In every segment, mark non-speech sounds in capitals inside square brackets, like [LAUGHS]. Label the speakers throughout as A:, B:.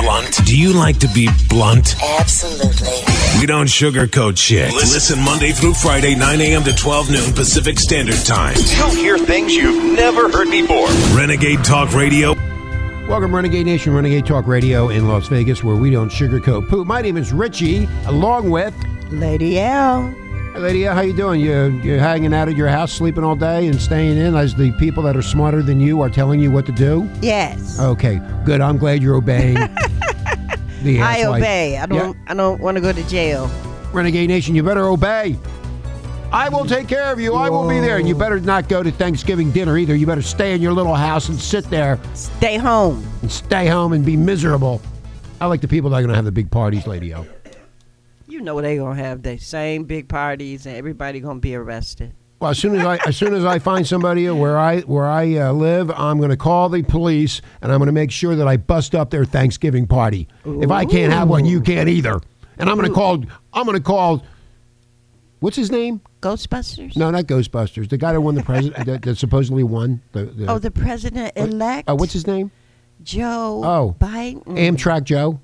A: blunt? Do you like to be blunt?
B: Absolutely.
A: We don't sugarcoat shit. Listen Monday through Friday, 9 a.m. to 12 noon Pacific Standard Time.
C: You'll hear things you've never heard before.
A: Renegade Talk Radio.
D: Welcome, Renegade Nation, Renegade Talk Radio in Las Vegas, where we don't sugarcoat poop. My name is Richie, along with
E: Lady L.
D: Hey, Lady. How you doing? You you're hanging out at your house, sleeping all day, and staying in, as the people that are smarter than you are telling you what to do.
E: Yes.
D: Okay, good. I'm glad you're
E: [LAUGHS]
D: obeying. the
E: I
D: asswipe.
E: obey. I don't I don't want to go to jail.
D: Renegade Nation, you better obey. I will take care of you. I will be there. And you better not go to Thanksgiving dinner either. You better stay in your little house and sit there
E: Stay home.
D: and stay home and be miserable. I like the people that are going to have the big parties, Lady O.
E: You know they gonna have the same big parties and everybody gonna be arrested.
D: Well, as soon as I as soon as I find somebody where I where I uh, live, I'm going to call the police and I'm going to make sure that I bust up their Thanksgiving party. If I can't have one, you can't either. And I'm going to call. I'm going to call. What's his name?
E: Ghostbusters.
D: No, not Ghostbusters. The guy that won the president [LAUGHS] that, that supposedly won the. the
E: Oh, the president elect.
D: uh, what's his name?
E: Joe
D: Oh.
E: Biden.
D: Amtrak Joe,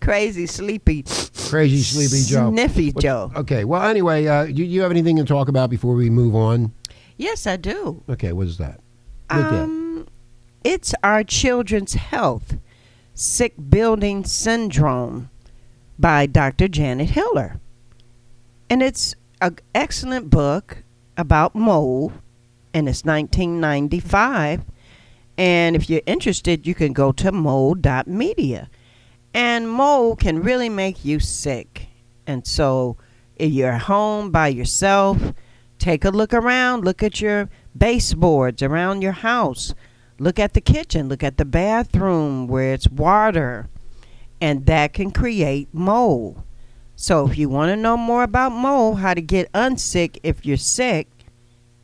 E: Crazy sleepy.
D: Crazy Sleepy Joe,
E: Sniffy
D: What-
E: Joe.
D: Okay. Well, anyway, uh, you you have anything to talk about before we move on?
E: Yes, I do.
D: Okay, what is that? Look at-
E: Um, it's our children's health sick building syndrome by Dr. Janet Hiller, and it's an excellent book about mold, and it's 1995. And if you're interested, you can go to mold.media. And mold can really make you sick. And so if you're home by yourself, take a look around, look at your baseboards around your house, look at the kitchen, look at the bathroom where it's water, and that can create mold. So if you want to know more about mold, how to get unsick if you're sick,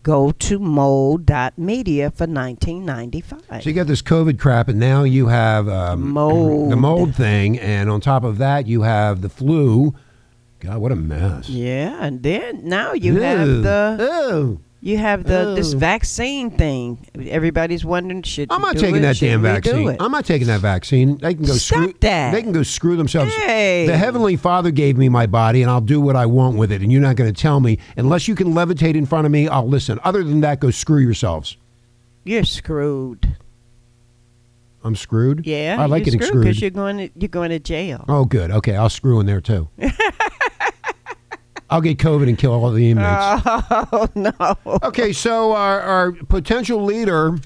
E: go to mold.media for 1995.
D: So you got this COVID crap, and now you have um,
E: Mold.
D: the mold thing, and on top of that, you have the flu. God, what a mess!
E: Yeah, and then now you have
D: Ew.
E: the
D: Ew.
E: you have the this
D: Ew.
E: vaccine thing. Everybody's wondering should
D: I'm
E: we
D: not
E: do
D: taking
E: it?
D: that
E: Should
D: damn
E: we do
D: vaccine.
E: it?
D: I'm not taking that vaccine. They can go
E: Stop
D: screw.
E: that.
D: They can go screw themselves.
E: Hey.
D: The heavenly Father gave me my body, and I'll do what I want with it. And you're not going to tell me unless you can levitate in front of me. I'll listen. Other than that, go screw yourselves.
E: You're screwed.
D: I'm screwed.
E: Yeah,
D: I like
E: you're
D: getting
E: screwed
D: screwed.
E: because you're going to, you're going to jail.
D: Oh, good. Okay, I'll screw in there
E: [LAUGHS]
D: too. I'll get COVID and kill all the inmates.
E: Oh no!
D: Okay, so our, our potential leader,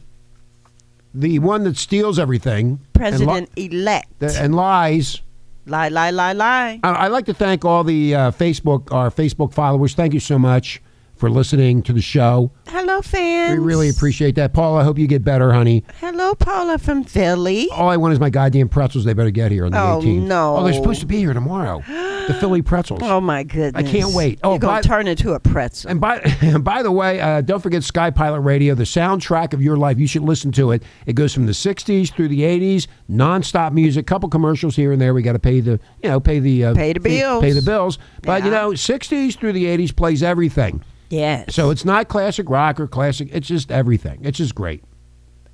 D: the one that steals everything,
E: President elect.
D: and, li- and lies.
E: lie, lie, lie, lie.
D: I- I'd like to thank all the uh, Facebook our Facebook followers. Thank you so much for listening to the show.
E: Hello, fans.
D: We really appreciate that, Paul. I hope you get better, honey.
E: Hello, Paula from Philly.
D: All I want is my goddamn pretzels. They better get here on the
E: Oh,
D: 18th.
E: no.
D: Oh, they're supposed to be here tomorrow. The Philly pretzels.
E: Oh my goodness!
D: wait. Oh,
E: you're going
D: by-
E: to turn into a pretzel.
D: And by [LAUGHS] and by the way, uh, don't forget Sky Pilot Radio, the soundtrack of your life. You should listen to it. It goes from the '60s through the '80s, nonstop music, couple commercials here and there. We got to pay the you know pay the uh,
E: Pay the bills.
D: pay the bills. But you
E: Yeah.
D: know, '60s through the '80s plays everything.
E: yes,
D: So it's not classic rock or classic. It's just everything. It's just great.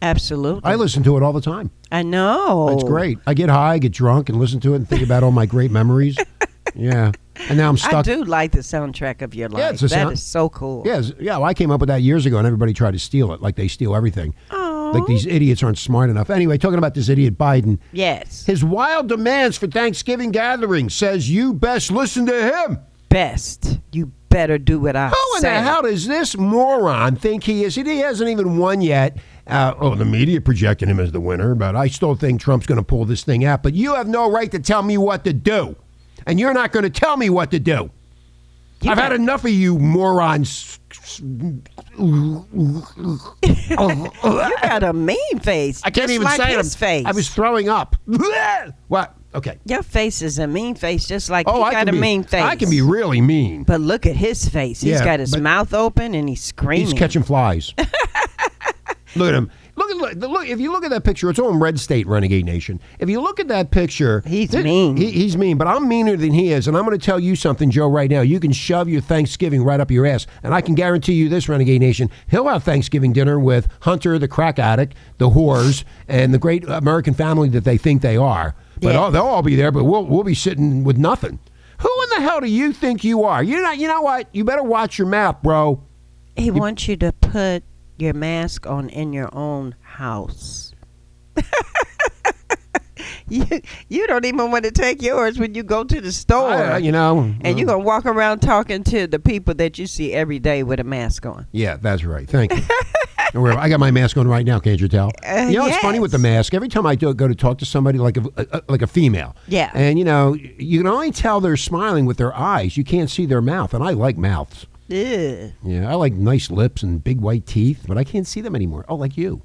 E: absolutely.
D: I listen to it all the time.
E: I know.
D: It's great. I get high, I get drunk, and listen to it and think about all my great
E: [LAUGHS]
D: memories. Yeah, and now I'm stuck.
E: I do like the soundtrack of your life.
D: it's a
E: That
D: sound-
E: is so cool.
D: Yes, yeah. Well, I came up with that years ago, and everybody tried to steal it, like they steal everything.
E: Aw.
D: Like these idiots aren't smart enough. Anyway, talking about this idiot Biden,
E: Yes.
D: his wild demands for Thanksgiving gathering says you best listen to him.
E: Best. You better do what I
D: How in
E: say.
D: the hell does this moron think he is? He hasn't even won yet. Uh, oh, the media projected him as the winner, but I still think Trump's going to pull this thing out. But you have no right to tell me what to do, and you're not going to tell me what to do.
E: You
D: I've had
E: got-
D: enough of you morons.
E: You got a mean face.
D: I can't
E: just
D: even
E: like
D: say it.
E: his face.
D: I was throwing up. [LAUGHS] what? Okay.
E: Your face is a mean face, just like
D: Oh,
E: he
D: I
E: got
D: can
E: a
D: be,
E: mean face.
D: I can be really mean.
E: But look at his face. He's
D: Yeah,
E: got his
D: but-
E: [LAUGHS] mouth open and he's screaming.
D: He's catching flies. Look at him. Look at look, look. If you look at that picture, it's on Red State Renegade Nation. If you look at that picture,
E: He's mean.
D: He, he's mean, but I'm meaner than he is. And I'm going to tell you something, Joe. Right now, you can shove your Thanksgiving right up your ass, and I can guarantee you this, Renegade Nation. He'll have Thanksgiving dinner with Hunter, the crack addict, the whores, and the great American family that they think they are. But
E: Yeah.
D: all, they'll all be there. But we'll we'll be sitting with nothing. Who in the hell do you think you are? You're not. You know what? You better watch your mouth, bro.
E: He wants you to put your mask on in your own house. [LAUGHS] you you don't even want to take yours when you go to the store.
D: I- I- you know. uh,
E: and you're gonna walk around talking to the people that you see every day with a mask on.
D: Yeah, that's right. Thank you. [LAUGHS] Don't worry, I got my mask on right now. Can't you tell?
E: Uh,
D: you know, it's funny
E: yes.
D: with the mask. Every time I do, go to talk to somebody, like a, a- like a female,
E: Yeah.
D: and you know, you can only tell they're smiling with their eyes. You can't see their mouth, and I like mouths.
E: Ew.
D: Yeah, I like nice lips and big white teeth, but I can't see them anymore. Oh, like you.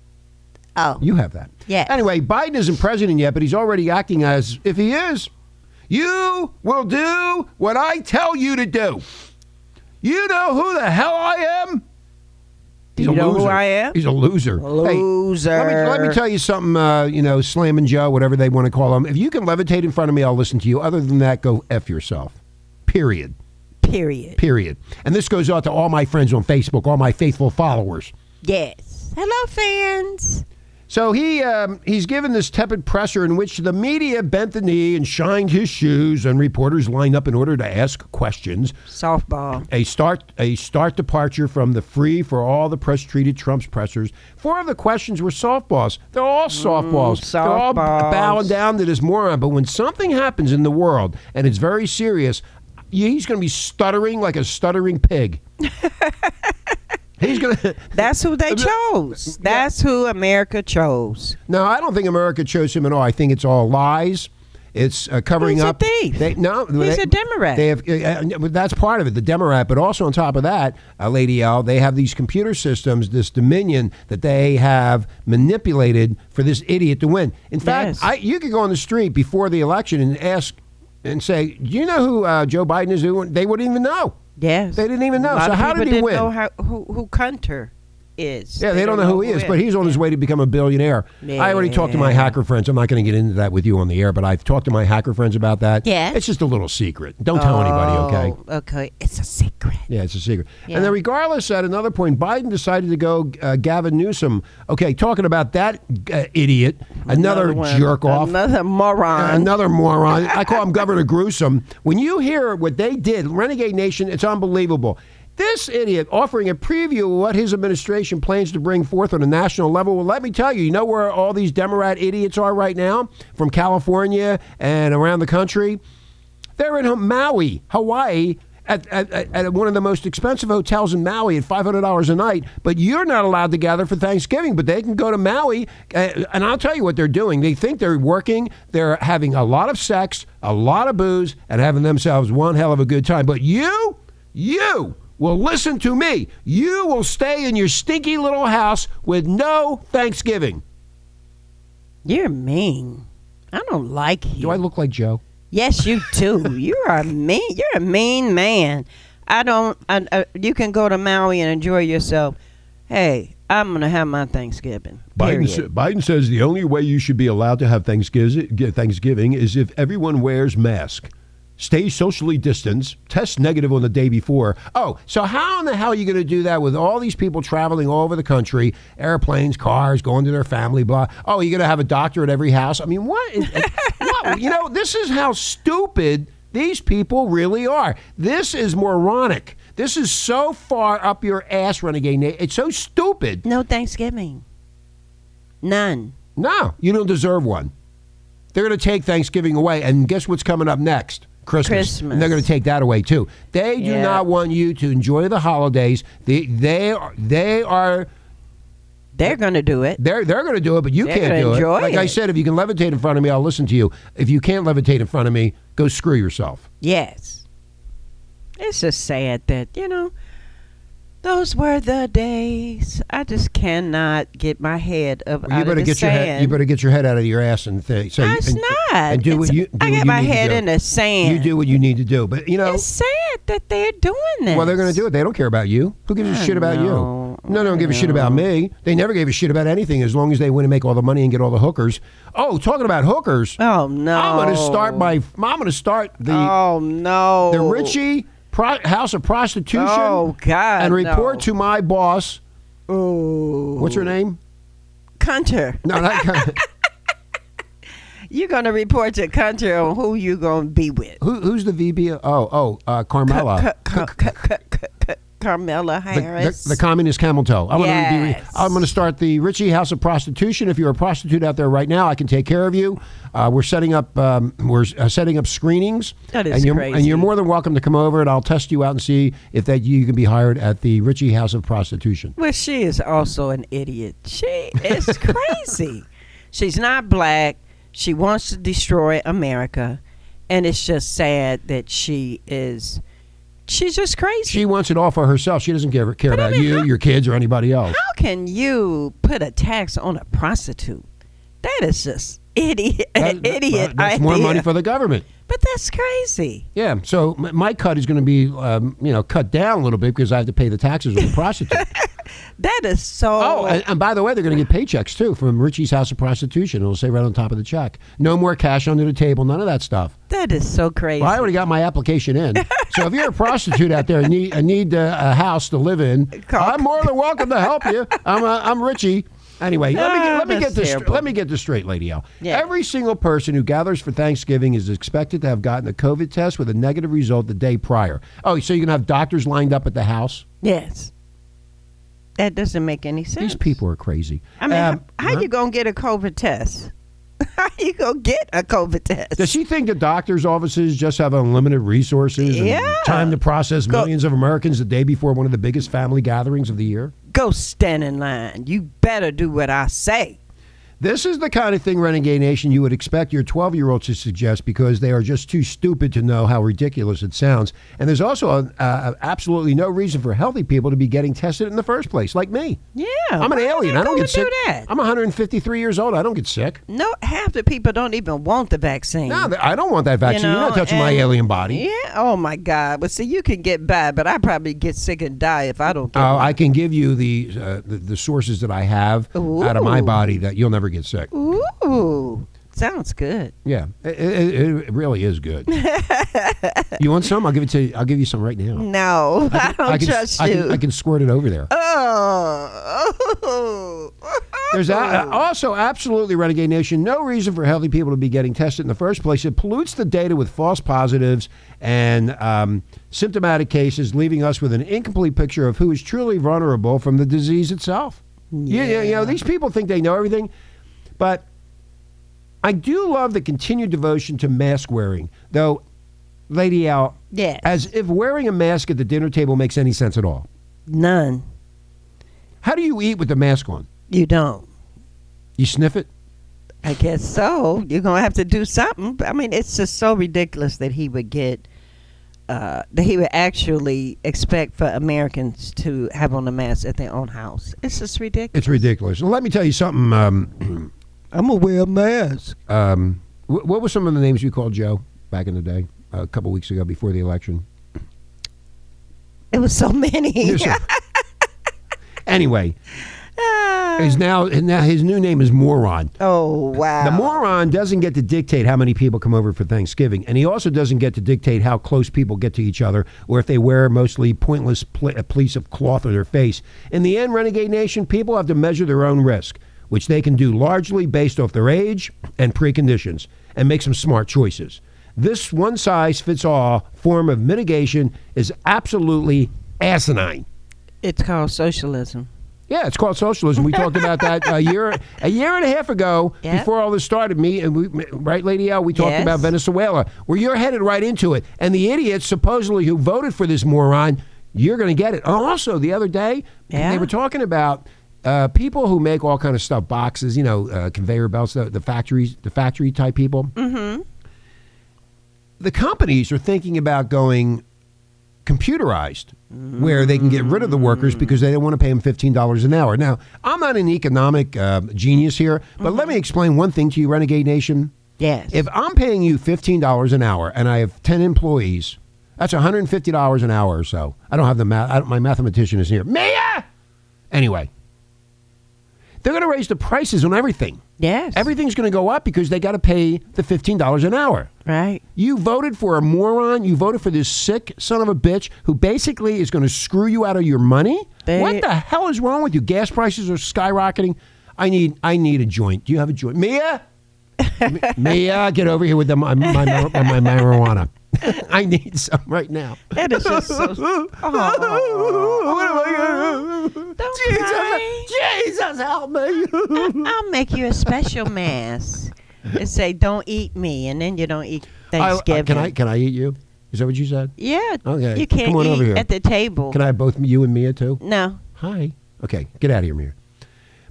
E: Oh.
D: You have that.
E: Yes.
D: Anyway, Biden isn't president yet, but he's already acting as if he is. You will do what I tell you to do. You know who the hell I am? He's
E: You
D: a
E: know who
D: loser.
E: I am?
D: He's a loser. Hey,
E: Loser.
D: let, me, let me tell you something, uh, you know, Slam and Joe, whatever they want to call him. If you can levitate in front of me, I'll listen to you. Other than that, go F yourself. Period
E: Period.
D: period. And this goes out to all my friends on Facebook, all my faithful followers.
E: Yes. Hello, fans.
D: So he um, he's given this tepid presser in which the media bent the knee and shined his shoes, and reporters lined up in order to ask questions.
E: Softball.
D: A start a start departure from the free for all the press treated Trump's pressers. Four of the questions were softballs. They're all softballs. They're all b-
E: softballs.
D: bowing down to this moron. But when something happens in the world and it's very serious, he's going to be stuttering like a stuttering pig. he's going to.
E: That's who they chose. That's who America chose.
D: No, I don't think America chose him at all. I think it's all lies. It's uh, covering
E: He's a
D: up.
E: thief.
D: They, no,
E: He's
D: they-
E: a Democrat.
D: They have uh, uh, but that's part of it, the Democrat. But also on top of that, uh, Lady L, they have these computer systems, this Dominion that they have manipulated for this idiot to win. In fact,
E: Yes.
D: I, you could go on the street before the election and ask and say, "Do you know who uh, Joe Biden is?" They wouldn't they wouldn't even know.
E: Yes.
D: They didn't even
E: A
D: know.
E: lot
D: So
E: of
D: how
E: people
D: did he
E: didn't
D: win?
E: Know how, who who Hunter is?
D: Yeah, they, don't, know who he is, but he's on his way to become a billionaire. I already talked to my
E: Yeah.
D: hacker friends. I'm not going to get into that with you on the air, but I've talked to my hacker friends about that.
E: Yeah.
D: It's just a little secret. Don't tell anybody, okay?
E: Oh, okay. It's a secret.
D: Yeah, it's a secret.
E: Yeah.
D: And then, regardless, at another point, Biden decided to go uh, Gavin Newsom. Okay, talking about that uh, idiot, another,
E: one.
D: jerk off.
E: Another moron.
D: Another moron. I call him Governor Gruesome. When you hear what they did, Renegade Nation, it's unbelievable. This idiot offering a preview of what his administration plans to bring forth on a national level. Well, let me tell you, you know where all these Democrat idiots are right now from California and around the country? They're in Maui, Hawaii. At, at, at at one of the most expensive hotels in Maui at $500 a night, but you're not allowed to gather for Thanksgiving, but they can go to Maui. Uh, and I'll tell you what they're doing. They think they're working, they're having a lot of sex, a lot of booze, and having themselves one hell of a good time. But you, you will listen to me. You will stay in your stinky little house with no Thanksgiving.
E: You're mean. I don't like you.
D: Do I look like Joe?
E: Yes, you do. You're a mean. You're a mean man. I don't. I, I, you can go to Maui and enjoy yourself. Hey, I'm gonna have my Thanksgiving.
D: Biden,
E: period.
D: sa- Biden says the only way you should be allowed to have Thanksgiving, Thanksgiving is if everyone wears mask, stay socially distanced, test negative on the day before. Oh, so how in the hell are you going to do that with all these people traveling all over the country, airplanes, cars, going to their family, blah? Oh, you're going to have a doctor at every house? I mean, what? is- [LAUGHS] what? You know, this is how stupid these people really are. This is moronic. This is so far up your ass, renegade. Na- It's so stupid.
E: No Thanksgiving. None.
D: No, you don't deserve one. They're going to take Thanksgiving away, and guess what's coming up next? Christmas.
E: Christmas.
D: And they're going to take that away too. They do
E: Yeah.
D: not want you to enjoy the holidays. They they are they are
E: They're gonna do it.
D: they're they're going to do it, but you
E: They're
D: can't
E: gonna
D: do
E: enjoy
D: it. Like I
E: it.
D: said, if you can levitate in front of me, I'll listen to you. If you can't levitate in front of me, go screw yourself.
E: Yes. It's just sad that you know. Those were the days. I just cannot get my head up out
D: you better
E: of the
D: get your
E: sand.
D: head you better get your head out of your ass and think. So
E: That's
D: and,
E: not.
D: And do what
E: It's-
D: you do
E: I
D: what
E: get
D: you
E: my
D: need to
E: head
D: do.
E: in the sand.
D: You do what you need to do, but you know
E: It's sad that they're doing this.
D: Well, they're going to do it. They don't care about you. Who gives a
E: I
D: shit about
E: know,
D: you? No, they don't give a shit about me. They never gave a shit about anything as long as they went and make all the money and get all the hookers. Oh, talking about hookers.
E: Oh, no.
D: I'm going to start my. I'm going to start the
E: Oh no.
D: the Richie Pro- House of Prostitution.
E: Oh, God,
D: And report
E: no.
D: to my boss.
E: Ooh.
D: What's her name?
E: Hunter.
D: No,
E: [LAUGHS]
D: not,
E: You're gonna report to Hunter on who you gonna be with.
D: who, who's the VB? Oh, oh, uh, Carmela.
E: Ca- ca- ca- ca- ca- ca- Carmela
D: the,
E: Harris.
D: the, the communist camel toe. I'm going to
E: Yes.
D: I'm going to start the Ritchie House of Prostitution. If you're a prostitute out there right now, I can take care of you. Uh, we're setting up um, we're uh, setting up screenings.
E: That is
D: and you're, And
E: crazy.
D: you're more than welcome to come over, and I'll test you out and see if that you can be hired at the Ritchie House of Prostitution.
E: well, she is also an idiot. She
D: [LAUGHS]
E: is crazy. She's not black. She wants to destroy America, and it's just sad that she is. She's just crazy.
D: She wants it all for herself. She doesn't care, care
E: But I
D: about
E: mean,
D: you,
E: how-
D: your kids, or anybody else.
E: How can you put a tax on a prostitute? That is just [LAUGHS] idiot.
D: [LAUGHS] That-
E: an idiot.
D: That's
E: idea.
D: more money for the government.
E: But that's crazy.
D: Yeah. So m- my cut is going to be, um, you know, cut down a little bit because I have to pay the taxes on the prostitute.
E: That is so.
D: Oh, and, and by the way, they're going to get paychecks too from Richie's House of Prostitution. It'll say right on top of the check. No more cash under the table, none of that stuff.
E: that is so crazy.
D: Well, I already got my application in. So if you're a prostitute out there and need, and need uh, a house to live in,
E: [LAUGHS] Cock.
D: I'm more than welcome to help you. I'm, uh, I'm Richie. Anyway, let me, get,
E: Ah,
D: let, me
E: that's
D: get this,
E: terrible.
D: let me get this straight, Lady L.
E: Yeah.
D: Every single person who gathers for Thanksgiving is expected to have gotten a COVID test with a negative result the day prior. Oh, so you're going to have doctors lined up at the house?
E: yes. That doesn't make any sense.
D: These people are crazy.
E: I mean,
D: Um,
E: how, how you gonna get a COVID test? [LAUGHS] How you gonna get a COVID test?
D: Does she think the doctors' offices just have unlimited resources and
E: Yeah.
D: time to process
E: Go-
D: millions of Americans the day before one of the biggest family gatherings of the year?
E: Go stand in line. You better do what I say.
D: This is the kind of thing, Renegade Nation, you would expect your 12 year old to suggest because they are just too stupid to know how ridiculous it sounds. And there's also uh, uh, absolutely no reason for healthy people to be getting tested in the first place, like me.
E: Yeah,
D: I'm an
E: Oh, why would
D: alien.
E: they
D: I don't
E: go
D: get
E: and
D: sick.
E: do that?
D: I'm 153 years old. I don't get sick.
E: No, half the people don't even want the vaccine.
D: No, th- I don't want that vaccine. You're
E: know,
D: not touching my
E: and-
D: alien body.
E: Yeah. Oh my God. But see, you can get by, but I probably get sick and die if I don't. Get
D: Uh,
E: one.
D: I can give you the, uh, the the sources that I have out of my
E: Ooh.
D: body that you'll never get sick.
E: Ooh, sounds good.
D: Yeah, it, it, it- it really is
E: [LAUGHS]
D: good. you want some? I'll give it to you. I'll give you some right now.
E: No, [LAUGHS] I, don't
D: can,
E: trust
D: I
E: you.
D: can, I can squirt it over there.
E: oh.
D: [LAUGHS] There's
E: [LAUGHS]
D: a, also absolutely renegade nation. No reason for healthy people to be getting tested in the first place. It pollutes the data with false positives and um, symptomatic cases, leaving us with an incomplete picture of who is truly vulnerable from the disease itself. Yeah, yeah, you know these people think they know everything, but I do love the continued devotion to mask wearing, though. Lady Al,
E: Yes.
D: as if wearing a mask at the dinner table makes any sense at all.
E: None.
D: How do you eat with the mask on?
E: You don't.
D: You sniff it.
E: I guess so. You're gonna have to do something. But, I mean, it's just so ridiculous that he would get. Uh, that he would actually expect for Americans to have on a mask at their own house. It's just ridiculous.
D: It's ridiculous. Let me tell you something.
E: [CLEARS THROAT]
D: Um,
E: I'm gonna wear a mask.
D: um, wh- what were some of the names you called Joe back in the day, a couple weeks ago before the
E: [LAUGHS]
D: election?
E: It was so [LAUGHS] many.
D: Yes, sir. anyway,
E: Ah.
D: his now, and now his new name is Moron. [LAUGHS]
E: oh wow.
D: The moron doesn't get to dictate how many people come over for Thanksgiving, and he also doesn't get to dictate how close people get to each other or if they wear mostly pointless pl- a piece of cloth on their face. In the end, Renegade Nation, people have to measure their own risk, which they can do largely based off their age and preconditions, and make some smart choices. This one size fits all form of mitigation is absolutely asinine.
E: It's called socialism.
D: Yeah, it's called socialism. We talked about that a year a year and a half ago
E: Yeah.
D: before all this started. Me and we, right, Lady L, we talked
E: Yes.
D: about Venezuela, where you're headed right into it. And the idiots supposedly who voted for this moron, you're going to get it. Oh, Also, the other day
E: Yeah.
D: they were talking about. Uh, people who make all kind of stuff, boxes, you know, uh, conveyor belts, the, the factories, the factory type people. Mm-hmm. The companies are thinking about going computerized where they can get rid of the workers because they don't want to pay them $15 an hour. Now, I'm not an economic uh, genius here, but let me explain one thing to you, Renegade Nation.
E: Yes.
D: If I'm paying you $15 an hour and I have 10 employees, that's $150 an hour or so. I don't have the math. I don't, my mathematician is here. Mia! Anyway, they're going to raise the prices on everything.
E: Yes.
D: Everything's going to go up because they got to pay the $15 an hour.
E: right.
D: You voted for a moron. You voted for this sick son of a bitch who basically is going to screw you out of your money.
E: They-
D: what the hell is wrong with you? Gas prices are skyrocketing. I need I need a joint. Do you have a joint, Mia? M- Mia, get over here with the, my, my, mar- my marijuana. I need some right now.
E: That is just
D: [LAUGHS]
E: so. Aw. Don't cry.
D: Jesus, help me!
E: I'll make you a special mass and say, "Don't eat me," and then you don't eat
D: I,
E: Thanksgiving.
D: can I can I eat you? Is that what you said?
E: Yeah.
D: Okay,
E: You can't
D: come on
E: eat
D: over here.
E: at the table.
D: Can I have both you and Mia too?
E: No.
D: Hi. Okay, get out of here, Mir.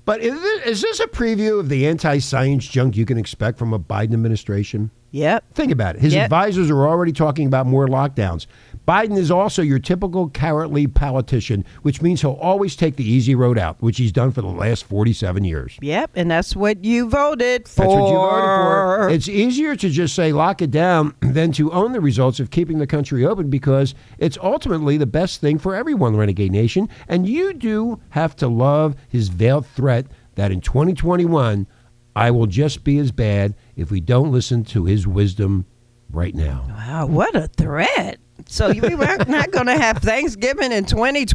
D: But is this, is this a preview of the anti-science junk you can expect from a Biden administration?
E: Yep.
D: Think about it. His
E: Yep.
D: advisors are already talking about more lockdowns. Biden is also your typical carrot lead politician, which means he'll always take the easy road out, which he's done for the last 47 years.
E: Yep. And that's what you voted for.
D: That's what you voted for. It's easier to just say lock it down than to own the results of keeping the country open because it's ultimately the best thing for everyone, Renegade Nation. And you do have to love his veiled threat that in 2021, I will just be as bad if we don't listen to his wisdom right now.
E: Wow. What a threat. So you- we were not going to have Thanksgiving in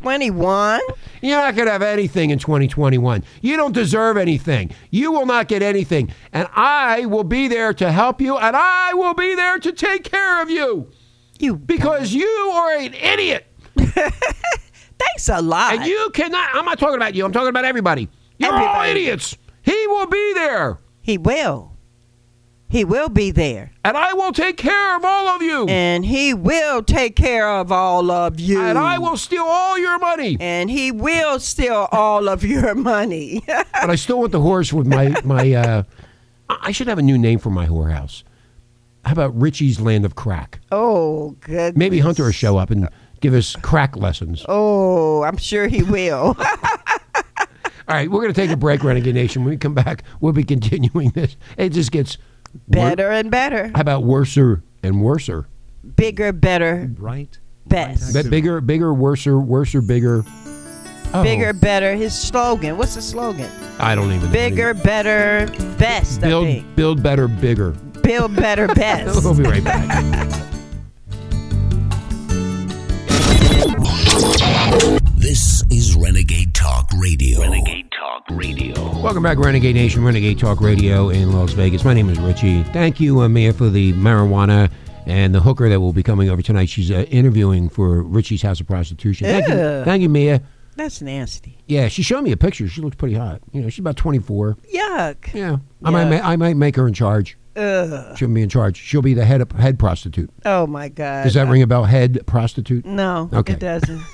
E: 2021.
D: You're not going to have anything in 2021. You don't deserve anything. You will not get anything. And I will be there to help you, and I will be there to take care of you.
E: You.
D: because you are an idiot
E: Thanks a lot.
D: and you cannot. I'm not talking about you. I'm talking about everybody. You're all
E: Everybody.
D: idiots. He will be there,
E: he will. He will be there.
D: and I will take care of all of you, and,
E: And he will take care of all of you.
D: I will steal all your money.
E: And he will steal all of your [LAUGHS] money.
D: but I still want the horse with my my. Uh, I I should have a new name for my whorehouse. How about Richie's Land of Crack?
E: oh, good.
D: Maybe Hunter will show up and give us crack lessons.
E: Oh, I'm sure he
D: [LAUGHS]
E: will.
D: All right, we're going to take a break, Renegade Nation. When we come back, we'll be continuing this. It just gets wor-
E: better and better.
D: How about worser and worser?
E: Bigger, better,
B: Right?
E: best.
D: But bigger, bigger, worser, worser, bigger. Oh,
E: Bigger, better. His slogan. What's the slogan?
D: I don't even. know.
E: Bigger, better, best. I think.
D: Build, build better, bigger. [LAUGHS]
E: Build better, best.
D: We'll be right back.
F: This is Renegade Talk Radio. Renegade Talk Radio.
D: Welcome back, Renegade Nation, Renegade Talk Radio in Las Vegas. My name is Richie. Thank you, uh, Mia, for the marijuana and the hooker that will be coming over tonight. She's uh, interviewing for Richie's House of Prostitution. Thank you,
E: Ew.
D: thank you, Mia.
E: That's nasty.
D: Yeah, she showed me a picture. She looks pretty hot. You know, she's about twenty four.
E: Yuck.
D: Yeah, I might,
E: Yeah.
D: ma- I might make her in charge.
E: Ugh.
D: She'll be in charge. She'll be the head head prostitute.
E: Oh my God.
D: Does that ring a bell? Head prostitute.
E: No,
D: Okay.
E: it doesn't.
D: [LAUGHS]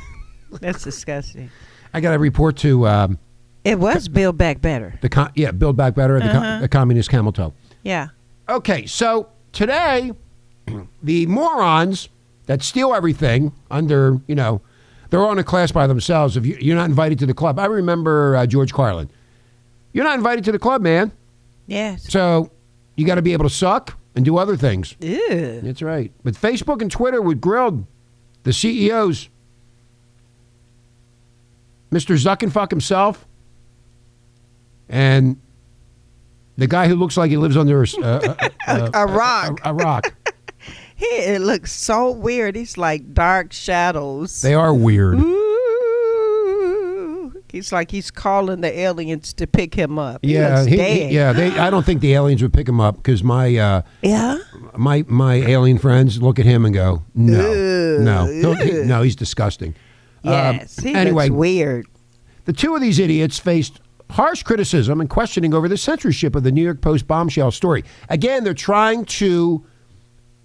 E: That's disgusting.
D: I got a report to um,
E: It was build back better.
D: the con- yeah build back better and the, co- the communist camel toe.
E: Yeah.
D: Okay, so today [CLEARS THROAT] the morons that steal everything under you know they're all in a class by themselves. If you, you're not invited to the club, I remember uh, George Carlin. You're not invited to the club, man.
E: Yes.
D: So you got to be able to suck and do other things.
E: Ew.
D: That's right. But Facebook and Twitter would grilled the E CEOs. Mr. Zuckenfuck himself and the guy who looks like he lives under a, s- uh, uh, uh,
E: [LAUGHS] A rock.
D: a rock.
E: He, it looks so weird. He's like dark shadows.
D: They are
E: Mm-hmm.
D: weird.
E: Ooh. He's like he's calling the aliens to pick him up. He
D: Yeah,
E: looks
D: he- he-
E: dead.
D: yeah. They, I don't think the aliens would pick him up because my uh,
E: Yeah.
D: my my alien friends look at him and go, no, no, He'll- he- no, he's disgusting. Um,
E: Yes. he
D: anyway.
E: looks weird.
D: The two of these idiots faced harsh criticism and questioning over the censorship of the New York Post bombshell story. Again, they're trying to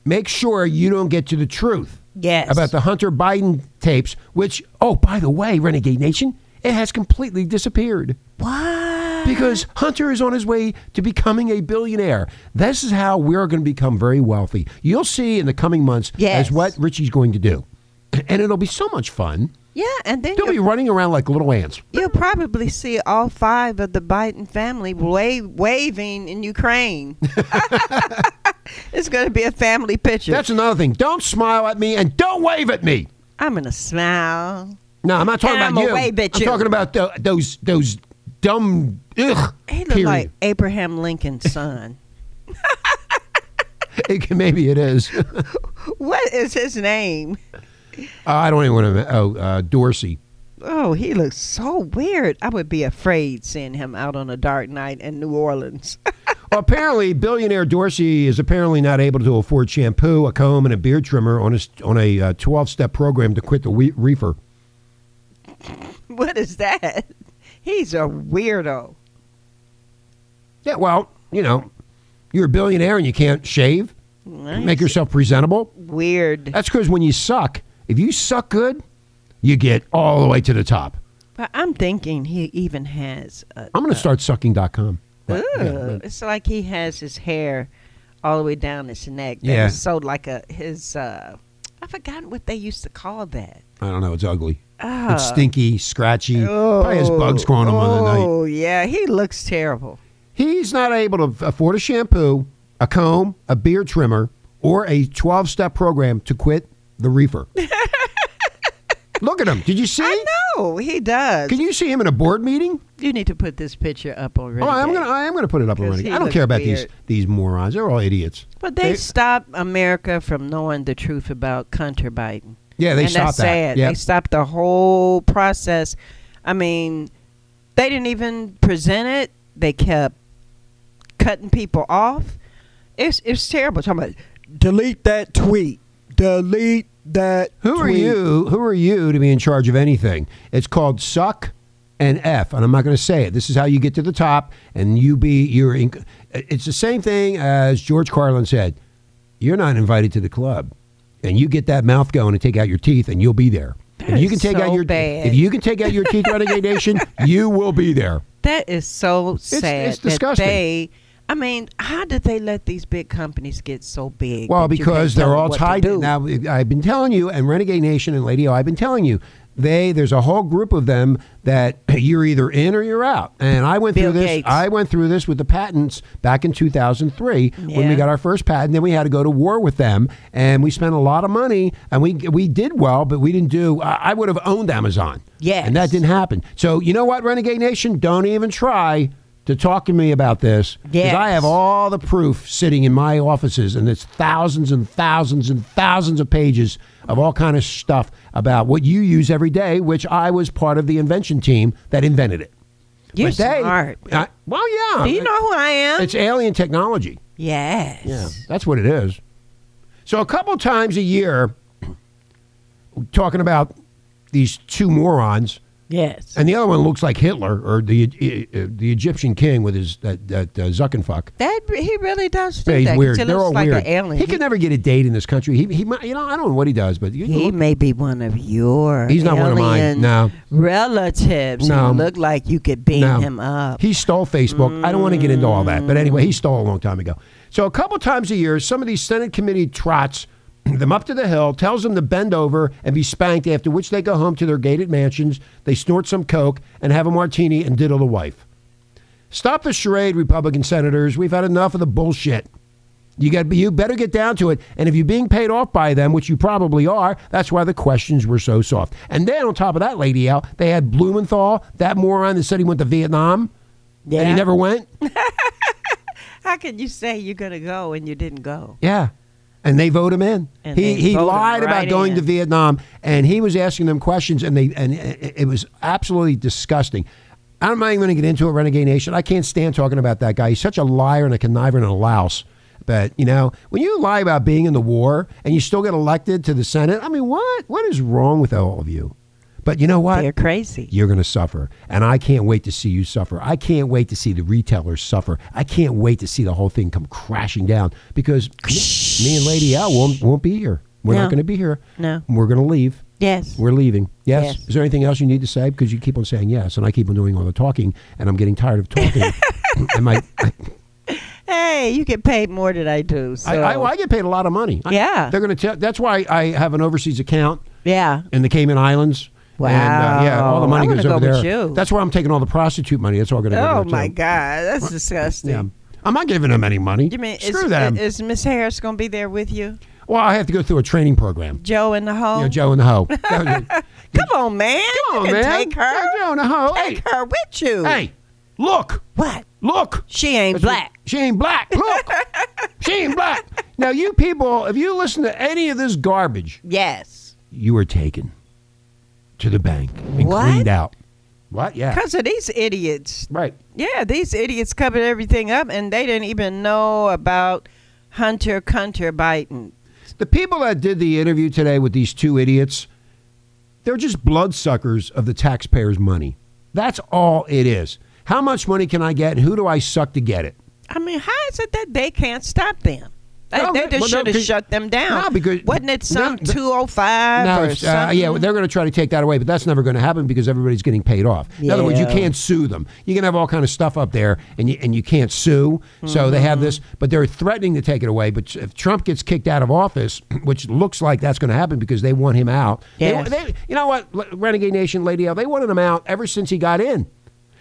D: make sure you don't get to the truth
E: Yes.
D: about the Hunter Biden tapes, which, oh, by the way, Renegade Nation, it has completely disappeared
E: What?
D: because Hunter is on his way to becoming a billionaire. This is how we're going to become very wealthy. You'll see in the coming months
E: Yes.
D: as what Richie's going to do. And it'll be so much fun.
E: Yeah, and then
D: They'll be
E: you'll,
D: running around like little ants.
E: you'll probably see all five of the Biden family wa- waving
D: [LAUGHS]
E: in Ukraine. [LAUGHS] it's going to be a family picture.
D: That's another thing. Don't smile at me and don't wave at me.
E: I'm going to smile
D: No, I'm not talking
E: And
D: about
E: I'm
D: you.
E: away, bitch,
D: I'm
E: you.
D: talking about tho- those those dumb ugh.
E: He looked
D: period.
E: like Abraham [LAUGHS] Lincoln's son.
D: Maybe [LAUGHS] it
E: [LAUGHS]
D: is.
E: what is his name?
D: I don't even want to. Oh, uh, Dorsey.
E: Oh, he looks so weird. I would be afraid seeing him out on a dark night in New Orleans. [LAUGHS]
D: Well, apparently, billionaire Dorsey is apparently not able to afford shampoo, a comb, and a beard trimmer on a on a twelve step program to quit the we- reefer.
E: what is that? He's a weirdo.
D: Yeah, well, you know, you're a billionaire and you can't shave, make yourself presentable.
E: Weird.
D: That's because when you suck, if you suck good, you get all the way to the top.
E: But I'm thinking he even has a.
D: I'm going to start sucking.com.
E: Ooh, it's like he has his hair all the way down his neck. That
D: Yeah.
E: was So like a his. uh I forgot what they used to call that.
D: I don't know. It's ugly.
E: Ah.
D: it's stinky, scratchy. Probably has bugs crawling him on the night.
E: Oh yeah, he looks terrible.
D: He's not able to afford a shampoo, a comb, a beard trimmer, or a 12 step program to quit the
E: [LAUGHS]
D: reefer. Look at him. Did you see?
E: I know he does.
D: Can you see him in a board meeting?
E: you need to put this picture up already.
D: Oh, I'm gonna, I am gonna put it up
E: 'Cause
D: already.
E: he
D: I don't
E: looks
D: care about these
E: weird.
D: these morons. They're all idiots.
E: But they,
D: uh, They-
E: stopped America from knowing the truth about Hunter Biden.
D: Yeah, they
E: and
D: stopped
E: that's
D: that.
E: sad.
D: Yeah.
E: They stopped the whole process. I mean, they didn't even present it. They kept cutting people off. It's it's terrible. Talking about
B: Delete that tweet. Delete that.
D: Who are
B: tweet.
D: you? Who are you to be in charge of anything? It's called suck and f, and I'm not going to say it. This is how you get to the top, and you be you're. In, it's the same thing as George Carlin said. You're not invited to the club, and you get that mouth going and take out your teeth, and you'll be there. if you
E: is
D: can take
E: so
D: out your
E: bad.
D: if you can take out your teeth, Renegade
E: [LAUGHS]
D: Nation, you will be there.
E: that is so sad.
D: it's disgusting.
E: That they, I mean, how did they let these big companies get so big?
D: Well,
E: that you can't
D: because
E: tell
D: they're
E: them
D: all
E: what to
D: tied.
E: do?
D: Now, I've been telling you, and Renegade Nation and Lady O, I've been telling you, they there's a whole group of them that [CLEARS THROAT] you're either in or you're out. And I went
E: Bill
D: through this.
E: Gates.
D: I went through this with the patents back in 2003 when we
E: Yeah.
D: got our first patent. Then we had to go to war with them, and we spent a lot of money, and we we did well, but we didn't do. I, I would have owned Amazon.
E: Yes.
D: and that didn't happen. So you know what, Renegade Nation, don't even try. To talk to me about this, 'Cause I have
E: Yes.
D: all the proof sitting in my offices, and it's thousands and thousands and thousands of pages of all kind of stuff about what you use every day, which I was part of the invention team that invented it.
E: You're
D: But they-
E: smart.
D: I- well, yeah.
E: do you know who I am?
D: It's alien technology.
E: yes.
D: That's what it is. So a couple times a year, talking about these two morons,
E: Yes.
D: and the other one looks like Hitler or the uh, the Egyptian king with his that that uh, Zuckenfuck.
E: That he really does do
D: Yeah, he's
E: that. 'cause
D: weird.
E: He
D: They're
E: looks
D: all
E: like
D: weird.
E: an alien.
D: He could never get a date in this country. He, he might, you know, I don't know what he does, but you
E: He
D: look-
E: may be one of your
D: He's not one of mine,
E: alien
D: no.
E: relatives.
D: No.
E: He looked like you could beam
D: no.
E: him up. Mm.
D: He stole Facebook. I don't want to get into all that, but anyway, he stole a long time ago. So a couple times a year, some of these Senate committee trots [CLEARS THROAT] them up to the hill, tells them to bend over and be spanked. After which they go home to their gated mansions. They snort some coke and have a martini and diddle the wife. Stop the charade, Republican senators. We've had enough of the bullshit. You got you better get down to it. And if you're being paid off by them, which you probably are, that's why the questions were so soft. And then on top of that, Lady L, they had Blumenthal, that moron that said he went to Vietnam. And he
E: Yeah.
D: never went.
E: How can you say you're gonna go and you didn't go?
D: Yeah. And they vote him in.
E: And
D: he
E: they
D: he
E: vote him
D: lied about
E: right
D: going to
E: in.
D: Vietnam and he was asking them questions and they and it it was absolutely disgusting. I'm not even going to get into it, Renegade Nation. I can't stand talking about that guy. He's such a liar and a conniver and a louse. But you know, when you lie about being in the war and you still get elected to the Senate, I mean, what what is wrong with all of you? But you know what?
E: They're crazy.
D: you're going to suffer. And I can't wait to see you suffer. I can't wait to see the retailers suffer. I can't wait to see the whole thing come crashing down because me, me and Lady L won't, won't be here. We're not
E: No.
D: going to be here.
E: No.
D: We're going to leave.
E: Yes.
D: We're leaving. Yes?
E: Yes.
D: Is there anything else you need to say? Because you keep on saying yes, and I keep on doing all the talking, and I'm getting tired of
E: [LAUGHS]
D: talking. and my, I,
E: Hey, you get paid more than I do. So
D: I, I, I get paid a lot of money. I-
E: Yeah.
D: they're going to tell. That's why I have an overseas account.
E: yeah.
D: in the Cayman Islands.
E: Wow.
D: And, uh, yeah, all the money
E: I'm
D: goes
E: gonna
D: over
E: go
D: there.
E: with you.
D: That's where I'm taking all the prostitute money. That's all going to go.
E: Oh
D: there,
E: my
D: too.
E: God, that's disgusting.
D: Yeah. I'm not giving them any money.
E: You mean
D: Screw
E: is,
D: them.
E: is Miss Harris gonna be there with you,
D: well, I have to go through a training program.
E: Joe and the
D: You
E: [LAUGHS] whole?
D: know, Joe and the hoe.
E: Come on, man.
D: Come
E: [LAUGHS]
D: on,
E: you can
D: man.
E: Take her.
D: No, no, no, hey.
E: Take her with you.
D: Hey, look,
E: What?
D: look.
E: She ain't
D: That's what-
E: black.
D: She ain't black.
E: [LAUGHS]
D: Look, she ain't black. Now, you people, if you listen to any of this garbage,
E: Yes.
D: you were taken to the bank and
E: What?
D: cleaned out. What? Yeah.
E: Because of these idiots.
D: Right.
E: Yeah, these idiots covered everything up and they didn't even know about Hunter Cunter Biden.
D: The people that did the interview today with these two idiots, they're just bloodsuckers of the taxpayers' money. That's all it is. How much money can I get? Who do I suck to get it?
E: I mean, how is it that they can't stop them? They,
D: No,
E: they
D: but- but
E: just
D: no,
E: should have
D: 'cause-
E: shut them down.
D: no, because-
E: wasn't it some
D: no, the-
E: 205
D: Now,
E: or
D: it's, uh,
E: something?
D: yeah, they're going to try to take that away, but that's never going to happen because everybody's getting paid off. In other words, you
E: Yeah.
D: can't sue them. You can have all kind of stuff up there, and you, and you can't sue. So they have
E: Mm-hmm.
D: this, but they're threatening to take it away. But if Trump gets kicked out of office, [CLEARS THROAT] which looks like that's going to happen because they want him out. they-
E: Yes.
D: they- you know what, Le- Renegade Nation, Lady L, they wanted him out ever since he got in.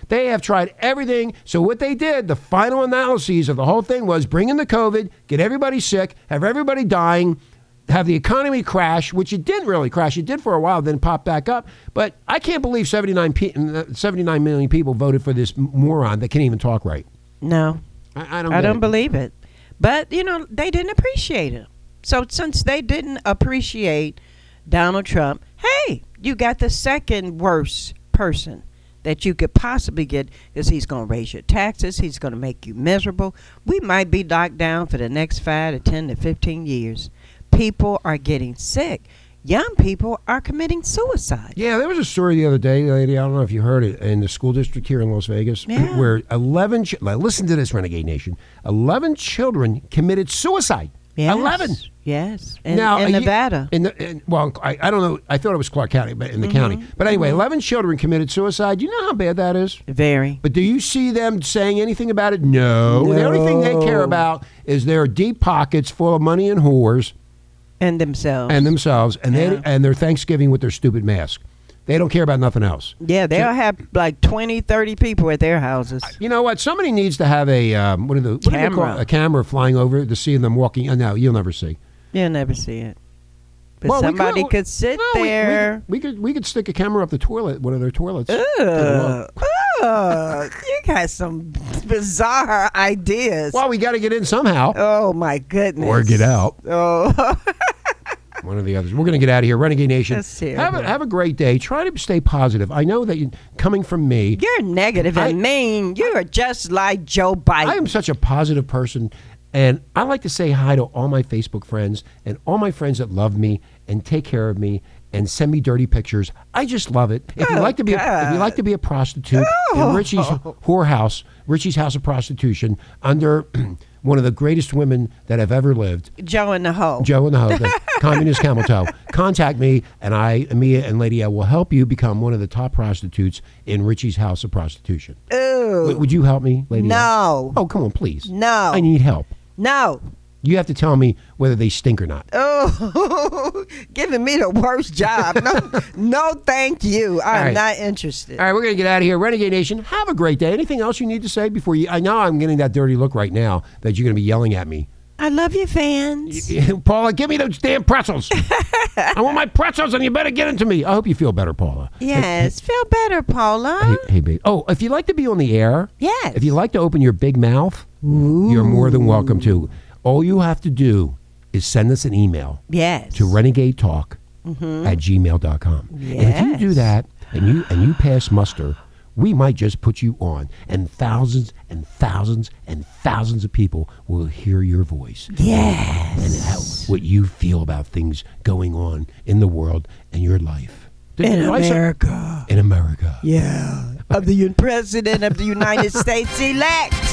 D: They have tried everything. So what they did, the final analyses of the whole thing was bring in the COVID, get everybody sick, have everybody dying, have the economy crash, which it didn't really crash. It did for a while, then popped back up. But I can't believe 79, pe- uh, 79 million people voted for this m- moron that can't even talk right.
E: No,
D: I, I don't.
E: I
D: get
E: don't
D: it.
E: believe it. But, you know, they didn't appreciate it. So since they didn't appreciate Donald Trump, hey, you got the second worst person that you could possibly get because he's going to raise your taxes. He's going to make you miserable. We might be locked down for the next five to 10 to 15 years. People are getting sick. Young people are committing suicide.
D: Yeah, there was a story the other day, lady. I don't know if you heard it in the school district here in Las Vegas,
E: Yeah.
D: where eleven. Ch- now, listen to this, Renegade Nation. Eleven children committed suicide.
E: Yes.
D: Eleven.
E: Yes. In,
D: now, a
E: in
D: ye-
E: Nevada.
D: in the in, well, I, I don't know. I thought it was Clark County, but in the county.
E: Mm-hmm.
D: But anyway, eleven children committed suicide. You know how bad that is.
E: Very.
D: But do you see them saying anything about it? No. The only thing they care
E: No.
D: about is their deep pockets full of money and whores
E: And themselves.
D: and themselves, and they
E: Yeah.
D: and their Thanksgiving with their stupid mask. They don't care about nothing else.
E: Yeah, they'll have like 20, 30 people at their houses.
D: You know what? Somebody needs to have a um, what are the what do they call-
E: Camera.
D: a camera flying over to see them walking. Uh, no, you'll never see.
E: You'll never see it. But
D: Well, we
E: somebody
D: could-
E: could, sit
D: No, we- we,
E: there.
D: We, could we could stick a camera up the toilet, one of their toilets. Take a look.
E: Ugh. Ugh. you got some bizarre ideas.
D: Well, we got to get in somehow
E: oh my goodness.
D: or get out.
E: Oh, [LAUGHS]
D: One of the others. We're going to get out of here, Renegade Nation.
E: That's terrible.
D: have a, have a great day. Try to stay positive. I know that you, coming from me,
E: you're negative
D: I-
E: and mean. You are just like Joe Biden.
D: I am such a positive person, and I like to say hi to all my Facebook friends and all my friends that love me and take care of me and send me dirty pictures. I just love it. If you
E: Oh,
D: like to be, a, if you
E: God. Oh.
D: like to be a prostitute in Richie's whorehouse, Richie's house of prostitution, under [CLEARS THROAT] one of the greatest women that have ever lived,
E: Joe in the hole.
D: Joe and the
E: [LAUGHS]
D: Hope, the communist camel toe. Contact me, and I, Mia, and Lady, I will help you become one of the top prostitutes in Richie's house of prostitution. W-
E: Ooh.
D: would you help me, Lady? L?
E: No.
D: Oh, come on, please.
E: No.
D: I need help.
E: No.
D: You have to tell me whether they stink or not.
E: Oh, [LAUGHS] giving me the worst job. No, [LAUGHS] no thank you. I'm
D: right.
E: not interested.
D: All right, we're going to get out of here. Renegade Nation, have a great day. Anything else you need to say before you? I know I'm getting that dirty look right now that you're going to be yelling at me. [LAUGHS]
E: I love you, fans.
D: Paula, give me those damn pretzels. I want my pretzels, and you better get into me. I hope you feel better, Paula.
E: Yes, feel better,
D: Hey,
E: Paula.
D: hey, babe. Oh, if you'd like to be on the air,
E: Yes.
D: If you'd like to open your big mouth, you're more than welcome to. All you have to do is send us an email
E: Yes.
D: to renegade talk at gmail.com. And if you do
E: Mm-hmm. Yes.
D: that and you and you pass muster, we might just put you on and thousands and thousands and thousands of people will hear your voice and
E: Yes.
D: how, what you feel about things going on in the world and your life.
E: In
D: Why so-
E: America.
D: In America.
E: [LAUGHS] Yeah. Of the un- president of the United States elect.